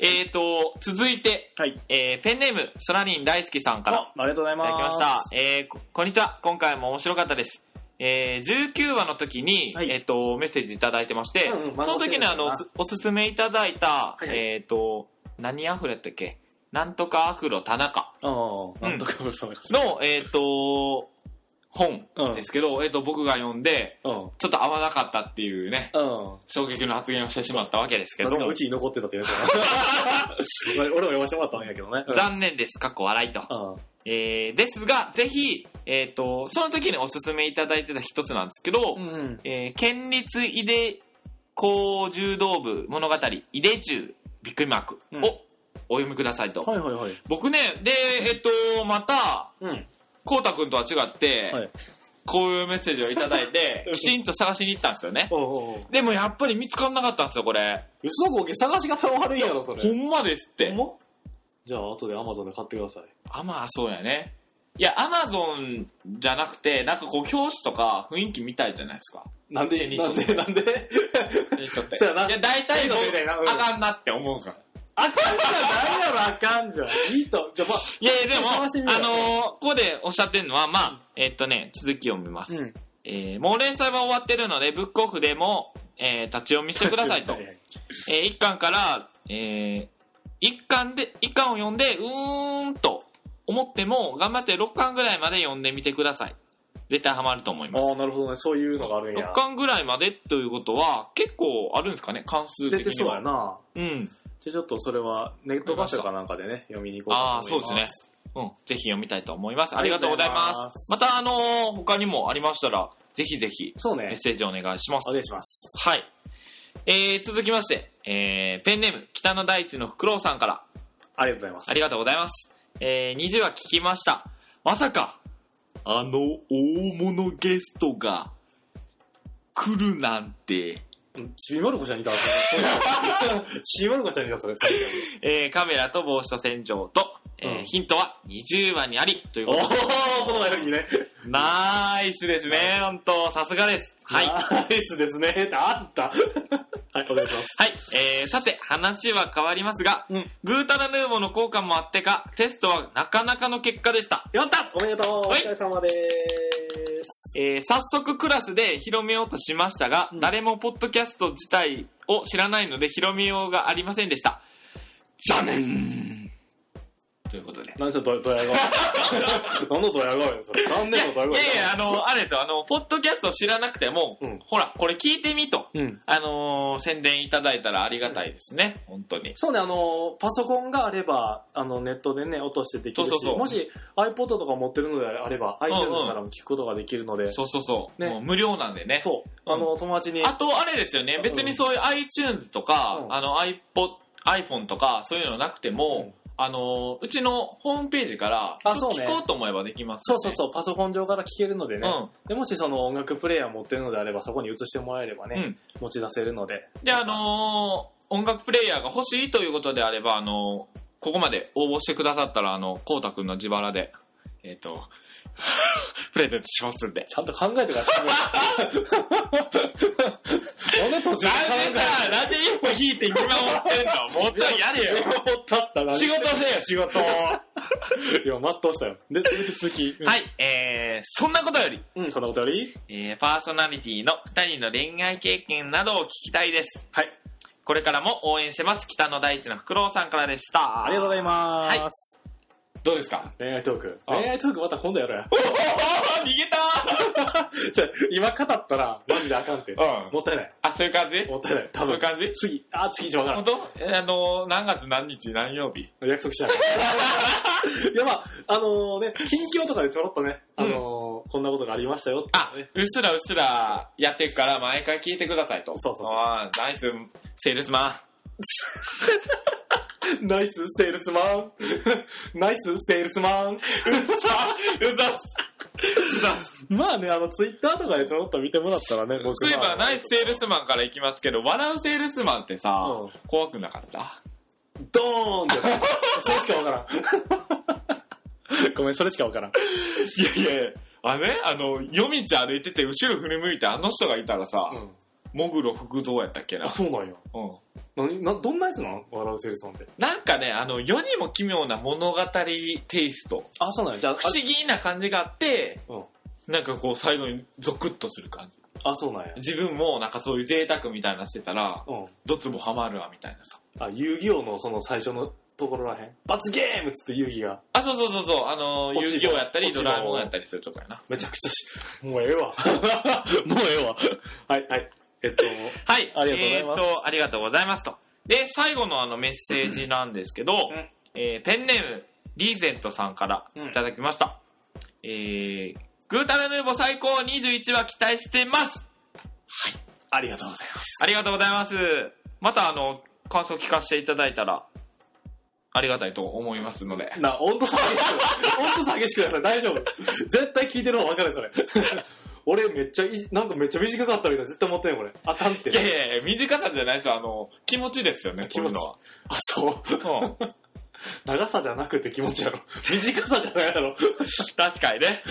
Speaker 2: えっ、ー、と、続いて、
Speaker 1: はい。
Speaker 2: えー、ペンネーム、ソラリン大好きさんから。
Speaker 1: あ、ありがとうござい
Speaker 2: いた
Speaker 1: ま
Speaker 2: だ
Speaker 1: す。
Speaker 2: きました。えーこ、こんにちは。今回も面白かったです。えー、19話の時に、
Speaker 1: はい
Speaker 2: えっ、と、メッセージいただいてまして、
Speaker 1: うんうん
Speaker 2: その時にあの、お
Speaker 1: まだ
Speaker 2: すおすすめいただいた、
Speaker 1: はいはい
Speaker 2: えっ、と、何アフロやったっけなんとかアフロ田中
Speaker 1: うん。なんとか嘘の
Speaker 2: の、えっ、と、本ですけど、えっ、と、僕が読んで、
Speaker 1: うん。
Speaker 2: ちょっと合わなかったっていうね、
Speaker 1: うん。
Speaker 2: 衝撃の発言をしてしまったわけですけ
Speaker 1: まあ
Speaker 2: ど
Speaker 1: で、もうちに残ってたってやつだな [LAUGHS] 俺も読ませてもらったんやけど [LAUGHS] ね。うん
Speaker 2: 残念です。かっこ笑いと。
Speaker 1: うん。
Speaker 2: えー、ですが、ぜひ、えっ、と、その時におすすめいただいてた一つなんですけど、
Speaker 1: うん。
Speaker 2: えー県立井出高柔道部物語、井出中、びっくりマーク
Speaker 1: うん
Speaker 2: をお読みくださいと。
Speaker 1: はいはいはい。
Speaker 2: 僕ね、で、えっと、また、
Speaker 1: うん。
Speaker 2: こうたくんとは違って、
Speaker 1: はい
Speaker 2: こういうメッセージをいただいて
Speaker 1: [LAUGHS] う、ん
Speaker 2: きちんと探しに行ったんですよね。
Speaker 1: おうおうおう
Speaker 2: でもやっぱり見つからなかったんですよ、これ。
Speaker 1: 嘘ごけ探し方が悪いやろ、それ。
Speaker 2: ほんまですって。
Speaker 1: ほんまじゃあ、後で Amazon で買ってください。
Speaker 2: あ、まあそうやね。いや、アマゾンじゃなくて、なんかこう、表紙とか雰囲気みたいじゃないですか。
Speaker 1: なん
Speaker 2: 手
Speaker 1: で
Speaker 2: に
Speaker 1: な
Speaker 2: 取
Speaker 1: ん
Speaker 2: って
Speaker 1: でなんで
Speaker 2: そ
Speaker 1: そうやない
Speaker 2: や、大体の、
Speaker 1: 手に取ってないなうん
Speaker 2: あかんなって思うから。
Speaker 1: あかんじゃないやろ、あかんじゃん。いいと。じゃあ、まあ、
Speaker 2: いやいや
Speaker 1: [LAUGHS]
Speaker 2: でも、あ
Speaker 1: 探
Speaker 2: の
Speaker 1: してみよう
Speaker 2: ーここでおっしゃってるのは、まあ、えっとね、続きを見ます。
Speaker 1: うん。
Speaker 2: えー、もう連載は終わってるので、ブックオフでも、えー、立ち読みしてくださいと。
Speaker 1: [LAUGHS] は
Speaker 2: えー、一巻から、えー、一巻で、一巻を読んで、うーんと思っても、頑張って6巻ぐらいまで読んでみてください。絶対ハマると思います。
Speaker 1: ああ、なるほどね。そういうのがあるんや
Speaker 2: 6。巻ぐらいまでということは、結構あるんですかね、関数
Speaker 1: 出
Speaker 2: 的
Speaker 1: て
Speaker 2: に
Speaker 1: そうや
Speaker 2: は。
Speaker 1: な。
Speaker 2: うん。
Speaker 1: じゃあちょっとそれは、ネットカフェかなんかでね、読みに行こう
Speaker 2: ああ、
Speaker 1: と
Speaker 2: そう
Speaker 1: 思い
Speaker 2: で
Speaker 1: ますす。
Speaker 2: ね。うん。ぜひ読みたいと思います。ありがとうございます。
Speaker 1: す
Speaker 2: ま、た、あのー他にもありましたら、ぜひぜひ、
Speaker 1: そう
Speaker 2: メッ
Speaker 1: ね。
Speaker 2: セージお願いします
Speaker 1: お。願いします。
Speaker 2: はい。えー、続きまして、えー、ペンネーム、北の大地のフクロウさんから、
Speaker 1: ありがとうございます。
Speaker 2: ありがとうございます。えー、20は聞きました。まさか、あの大物ゲストが、来るなんて。
Speaker 1: うんちびまる子ちゃんにいたわけ。ちびまる子ちゃんにいた、そ
Speaker 2: [LAUGHS]
Speaker 1: れ。最後に
Speaker 2: えー、カメラと帽子と戦場と、えー
Speaker 1: うん
Speaker 2: ヒントは20話にあり、という
Speaker 1: お
Speaker 2: こ
Speaker 1: ー、
Speaker 2: とで。
Speaker 1: この前にね。
Speaker 2: ナイスですね、ほんと。さすがです。はい。
Speaker 1: ナイスですね。ってあった。はい、お願いします。
Speaker 2: はい、えー、さて、話は変わりますが、
Speaker 1: うん
Speaker 2: グータラヌーボーの効果もあってか、テストはなかなかの結果でした。
Speaker 1: やったおめでとうお
Speaker 2: はい
Speaker 1: 疲れ様でーす。
Speaker 2: えー、早速クラスで広めようとしましたが、
Speaker 1: うん
Speaker 2: 誰もポッドキャスト自体を知らないので広めようがありませんでした。残念ということで。
Speaker 1: 何しろドドヤ顔。 [LAUGHS] 何のドヤ顔やねん、それ。何
Speaker 2: いや、
Speaker 1: 年の
Speaker 2: い
Speaker 1: ドヤ
Speaker 2: やい
Speaker 1: 顔
Speaker 2: や、あの、あれと、あの、ポッドキャスト知らなくても、
Speaker 1: うん
Speaker 2: ほら、これ聞いてみと、
Speaker 1: うん。
Speaker 2: あのー宣伝いただいたらありがたいですね、本当に。
Speaker 1: そうね、あの、パソコンがあれば、あの、ネットでね、落としてできるし、
Speaker 2: そうそうそう
Speaker 1: もし iPod とか持ってるのであれば、iTunes からも聞くことができるので、
Speaker 2: そうそうそう。
Speaker 1: ね
Speaker 2: もう無料なんでね。
Speaker 1: そう、あの、友達に、
Speaker 2: あと、あれですよね、別にそういう iTunes とか、
Speaker 1: うん
Speaker 2: あの iPod、iPhone とか、そういうのなくても、
Speaker 1: うん
Speaker 2: あの、うちのホームページから、
Speaker 1: あそうね
Speaker 2: 聞こうと思えばできます
Speaker 1: そ
Speaker 2: よ
Speaker 1: うそうそう、パソコン上から聞けるのでね、
Speaker 2: うん。
Speaker 1: でもしその音楽プレイヤー持ってるのであれば、そこに移してもらえればね、持ち出せるので、
Speaker 2: で、あのー音楽プレイヤーが欲しいということであれば、あのーここまで応募してくださったら、あの、こうたくんの自腹で、えっ、と、 [LAUGHS] プレゼントしますんで。
Speaker 1: ちゃんと考えてからし
Speaker 2: [LAUGHS] なんでさ、なんで
Speaker 1: ろなんで途中で考
Speaker 2: 一歩引いて見守ってんのもうちょいやれよ。
Speaker 1: [LAUGHS] えたったら
Speaker 2: 仕事せよ、仕事。はい
Speaker 1: [LAUGHS] や、全うしたよ。で、続き。い。
Speaker 2: い、えー、そんなことより、
Speaker 1: うん、そんなことより
Speaker 2: えー、パーソナリティの二人の恋愛経験などを聞きたいです。
Speaker 1: はい。
Speaker 2: これからも応援してます。北の大地のフクロウさんからでした。
Speaker 1: ありがとうございます。
Speaker 2: はいどうですか
Speaker 1: [LAUGHS] 恋愛トーク。
Speaker 2: あ
Speaker 1: 恋愛トークまた今度やろうや。
Speaker 2: お逃げ
Speaker 1: ちょ、今語ったらマジであかんって。
Speaker 2: た [LAUGHS] うん。
Speaker 1: もったいない。
Speaker 2: あ、そういう感じ
Speaker 1: もったいない。多
Speaker 2: そうい
Speaker 1: 分
Speaker 2: う。感じ
Speaker 1: 次。あ、次じゃわから
Speaker 2: 本当えーあのー、何月何日何曜日
Speaker 1: ん。約束しない。 [LAUGHS] いや、まあ、あのね、近況とかでちょろっとね、あのーこんなことがありましたよって
Speaker 2: あ
Speaker 1: ね。、
Speaker 2: うっすらうっすらやっていくから毎回聞いてくださいと。
Speaker 1: そうそうそう
Speaker 2: あーナイス、セールスマ
Speaker 1: [LAUGHS] ナイスセールスマン [LAUGHS] ナイスセールスマン
Speaker 2: ン。 [LAUGHS] うざうざ
Speaker 1: [LAUGHS] まあね、あの、ツイッターとかでちょろっと見てもらったらね、僕
Speaker 2: そういえば、ナイスセールスマンからいきますけど、笑うセールスマンってさ、
Speaker 1: うん
Speaker 2: 怖くなかった
Speaker 1: ドーンって。 [LAUGHS] それしかわから [LAUGHS] ん。ごめん、それしかわからん。
Speaker 2: いやいやあね、あの、夜道歩いてて、後ろ振り向いて、あの人がいたらさ、モグロ福蔵やったっけな。
Speaker 1: あ、そうなんや。
Speaker 2: うん。
Speaker 1: 何などんなやつなの笑うセールスマンって。
Speaker 2: なんかね、あの、世にも奇妙な物語テイスト。
Speaker 1: あ、そうなんや。じゃあ、
Speaker 2: 不思議な感じがあって、
Speaker 1: うん
Speaker 2: なんかこう、最後にゾクッとする感じ。
Speaker 1: あ、そうなんや。
Speaker 2: 自分もなんかそういう贅沢みたいなしてたら、
Speaker 1: うん。
Speaker 2: ドツボハマるわ、みたいなさ。
Speaker 1: あ、遊戯王のその最初のところらへん。罰ゲームっつって遊戯が。
Speaker 2: あ、そうそうそうそう、あの、
Speaker 1: 落
Speaker 2: 遊
Speaker 1: ち葉
Speaker 2: 戯王やったり、
Speaker 1: 落
Speaker 2: ド
Speaker 1: ち葉
Speaker 2: ラえもんやったりするとこやな。
Speaker 1: めちゃくちゃし、 [LAUGHS] もうええわ。もうええわ。はい、はい。えっと、
Speaker 2: はい。
Speaker 1: ありがとうございます
Speaker 2: えーと、ありがとうございますと。で、最後のあのメッセージなんですけど、
Speaker 1: ん
Speaker 2: えーペンネーム、リーゼントさんから
Speaker 1: うん
Speaker 2: いただきました。えー、グータラヌーボ最高21は期待してます
Speaker 1: ありがとうございます。
Speaker 2: ありがとうございます。またあの、感想聞かせていただいたら、ありがたいと思いますので。
Speaker 1: な、温度差激しく、温度差激しくなさい。大丈夫。絶対聞いてる方分かるそれ。 [LAUGHS] 俺めっちゃい、なんかめっちゃ短かったみたいな。絶対持ってないこれ。あかんって
Speaker 2: い。やいやいや、短さじゃないですよ。あの、気持ちですよね、
Speaker 1: 気持ち
Speaker 2: こ
Speaker 1: あ、そう。
Speaker 2: ういうのは。うん
Speaker 1: 長さじゃなくて気持ちやろ。短さじゃないやろ。
Speaker 2: [LAUGHS] 確かにね。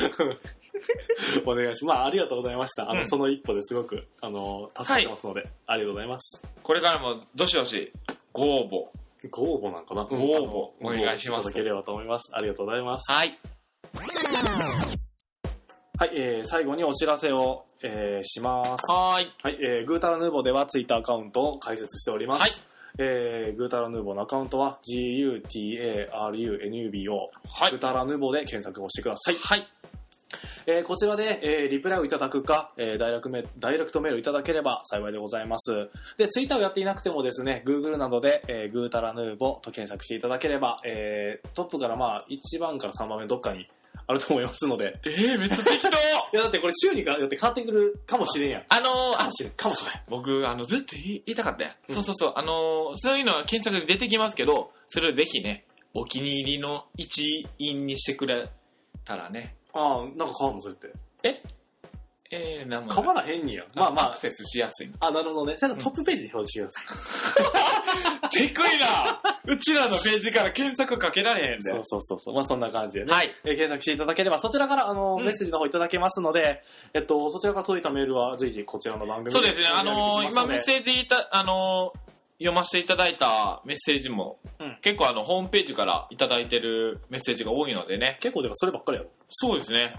Speaker 1: お願いします。まあ、ありがとうございました。あの、
Speaker 2: うん
Speaker 1: その一歩ですごく、あの、助かってますので、ありがとうございます。
Speaker 2: これからも、どしどし、ご応募。
Speaker 1: ご応募なんかな
Speaker 2: ご応募
Speaker 1: あの
Speaker 2: お願いします
Speaker 1: ご応募いただければと思います。ありがとうございます。
Speaker 2: はい。
Speaker 1: はい、えー、最後にお知らせを、えー、します。
Speaker 2: はーい。
Speaker 1: はい、えー、グータラヌーボーではツイッターアカウントを開設しております。
Speaker 2: はい。
Speaker 1: えー、グータラヌーボーのアカウントは GUTARUNUBO、
Speaker 2: はい
Speaker 1: グー。タラヌーボーで検索をしてください。
Speaker 2: はい。
Speaker 1: えーこちらで、えーリプライをいただくか、えーダイレクメダイレクトメールいただければ幸いでございます。で、ツイッターをやっていなくてもですね、Google などで、えー、グータラヌーボと検索していただければ、えートップからまあ1番から3番目どっかにあると思いますので、
Speaker 2: えー、めっちゃ適当
Speaker 1: [LAUGHS] いやだってこれ週にかよって変わってくるかもしれんやん。
Speaker 2: [LAUGHS] あのー、
Speaker 1: か
Speaker 2: あ
Speaker 1: も、しれん、かもしれん。
Speaker 2: 僕、あの、ずっと言い言いたかったやん。
Speaker 1: うん
Speaker 2: そうそうそう、あのー、そういうのは検索で出てきますけど、それをぜひね、お気に入りの一員にしてくれたらね、
Speaker 1: ああ、なんか変わるのそれって。
Speaker 2: えー、なんも
Speaker 1: 変わ
Speaker 2: ない。
Speaker 1: らへんにや。ま
Speaker 2: ま
Speaker 1: あ
Speaker 2: あ
Speaker 1: ま
Speaker 2: ま
Speaker 1: あ
Speaker 2: あ、アク、セスしやすい。 [LAUGHS]
Speaker 1: あ、なるほどね。ちゃんとトップページに表示してください。
Speaker 2: 低いなうちらのページから検索かけられへんで。
Speaker 1: そうそうそうそう。まあそんな感じでね。
Speaker 2: はい。
Speaker 1: えー検索していただければ、そちらからあの、
Speaker 2: うん
Speaker 1: メッセージの方いただけますので、えっと、そちらから届いたメールは随時こちらの番組
Speaker 2: そうですね、あのー、今メッ
Speaker 1: ージ。
Speaker 2: セージいた、あのー、読ませていただいたメッセージも、
Speaker 1: うん
Speaker 2: 結構あの、ホームページからいただいてるメッセージが多いのでね、
Speaker 1: 結構でもそればっかりや
Speaker 2: そうですね。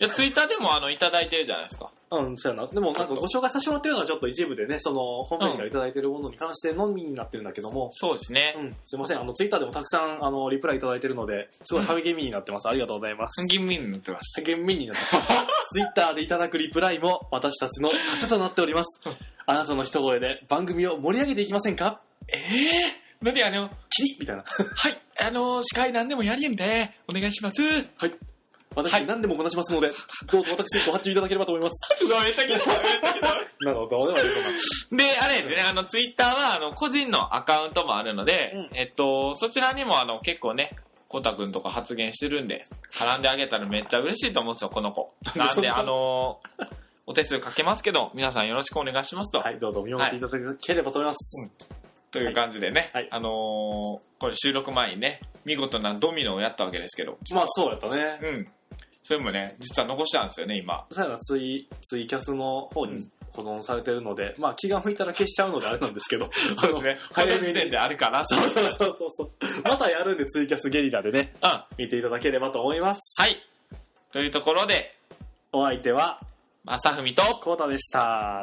Speaker 2: いや、ツイッターでもあの、いただいてるじゃないですか。
Speaker 1: ろ。うん、そうやな。でもなんかご紹介させてもらってるのはちょっと一部でね、その、ホームページからいただいてるものに関してのみになってるんだけども、
Speaker 2: そうです
Speaker 1: う
Speaker 2: ね。
Speaker 1: ん、すいません。あの、ツイッターでもたくさん、あの、リプライいただいてるので、すごい励みになってます。ありがとうございます。
Speaker 2: ギンミンになってます。
Speaker 1: 励みになってます。ツイッターでいただくリプライも私たちの糧となってお
Speaker 2: [LAUGHS]
Speaker 1: ります。あなたの一声で番組を盛り上げていきませんか
Speaker 2: ええー、何あの、
Speaker 1: キリッみたいな。
Speaker 2: はい、あの、司会何でもやりえん [LAUGHS] で、お願いします。う
Speaker 1: 私、
Speaker 2: はい
Speaker 1: 何でもこなしま
Speaker 2: [LAUGHS]
Speaker 1: すので、どうぞ私ご発注いただければと思います。
Speaker 2: わ、めっちゃけ
Speaker 1: なるほど、どうでもいいか
Speaker 2: で、あれですね、あの、ツイッターは、あの、個人のアカウントもあるので、
Speaker 1: うん
Speaker 2: えっと、そちらにも、あの、結構ね、コタくんとか発言してるんで、絡んであげたらめっちゃ嬉しいと思うんですよ、この子。
Speaker 1: な
Speaker 2: なんん
Speaker 1: で
Speaker 2: で、
Speaker 1: そんな
Speaker 2: あ [LAUGHS] の、お手数かけますけど、皆さんよろしくお願いしますと。
Speaker 1: な。はい、どうぞ見守っていただければと思います。
Speaker 2: という感じでね、
Speaker 1: はい
Speaker 2: あのーこれ収録前にね、見事なドミノをやったわけですけど、
Speaker 1: まあ、そうやったね
Speaker 2: う。ん。それもね、実は残したんですよね、今。
Speaker 1: そうやな、ツイ、ツイキャスの方
Speaker 2: う
Speaker 1: に
Speaker 2: ん
Speaker 1: 保存されてるので、まあ気が向いたら消しちゃうのであれなんですけど。
Speaker 2: [LAUGHS] そうですね。早
Speaker 1: 早めに
Speaker 2: 時点であるかなと。
Speaker 1: そうそうそうそうそう。またやるんでツイキャスゲリラでね、
Speaker 2: うん。は
Speaker 1: 見ていただければと思います。
Speaker 2: い。というところで、
Speaker 1: お相手は、
Speaker 2: まさふみと、
Speaker 1: コータでした。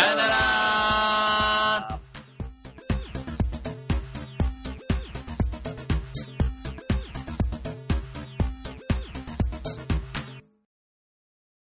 Speaker 2: さよなら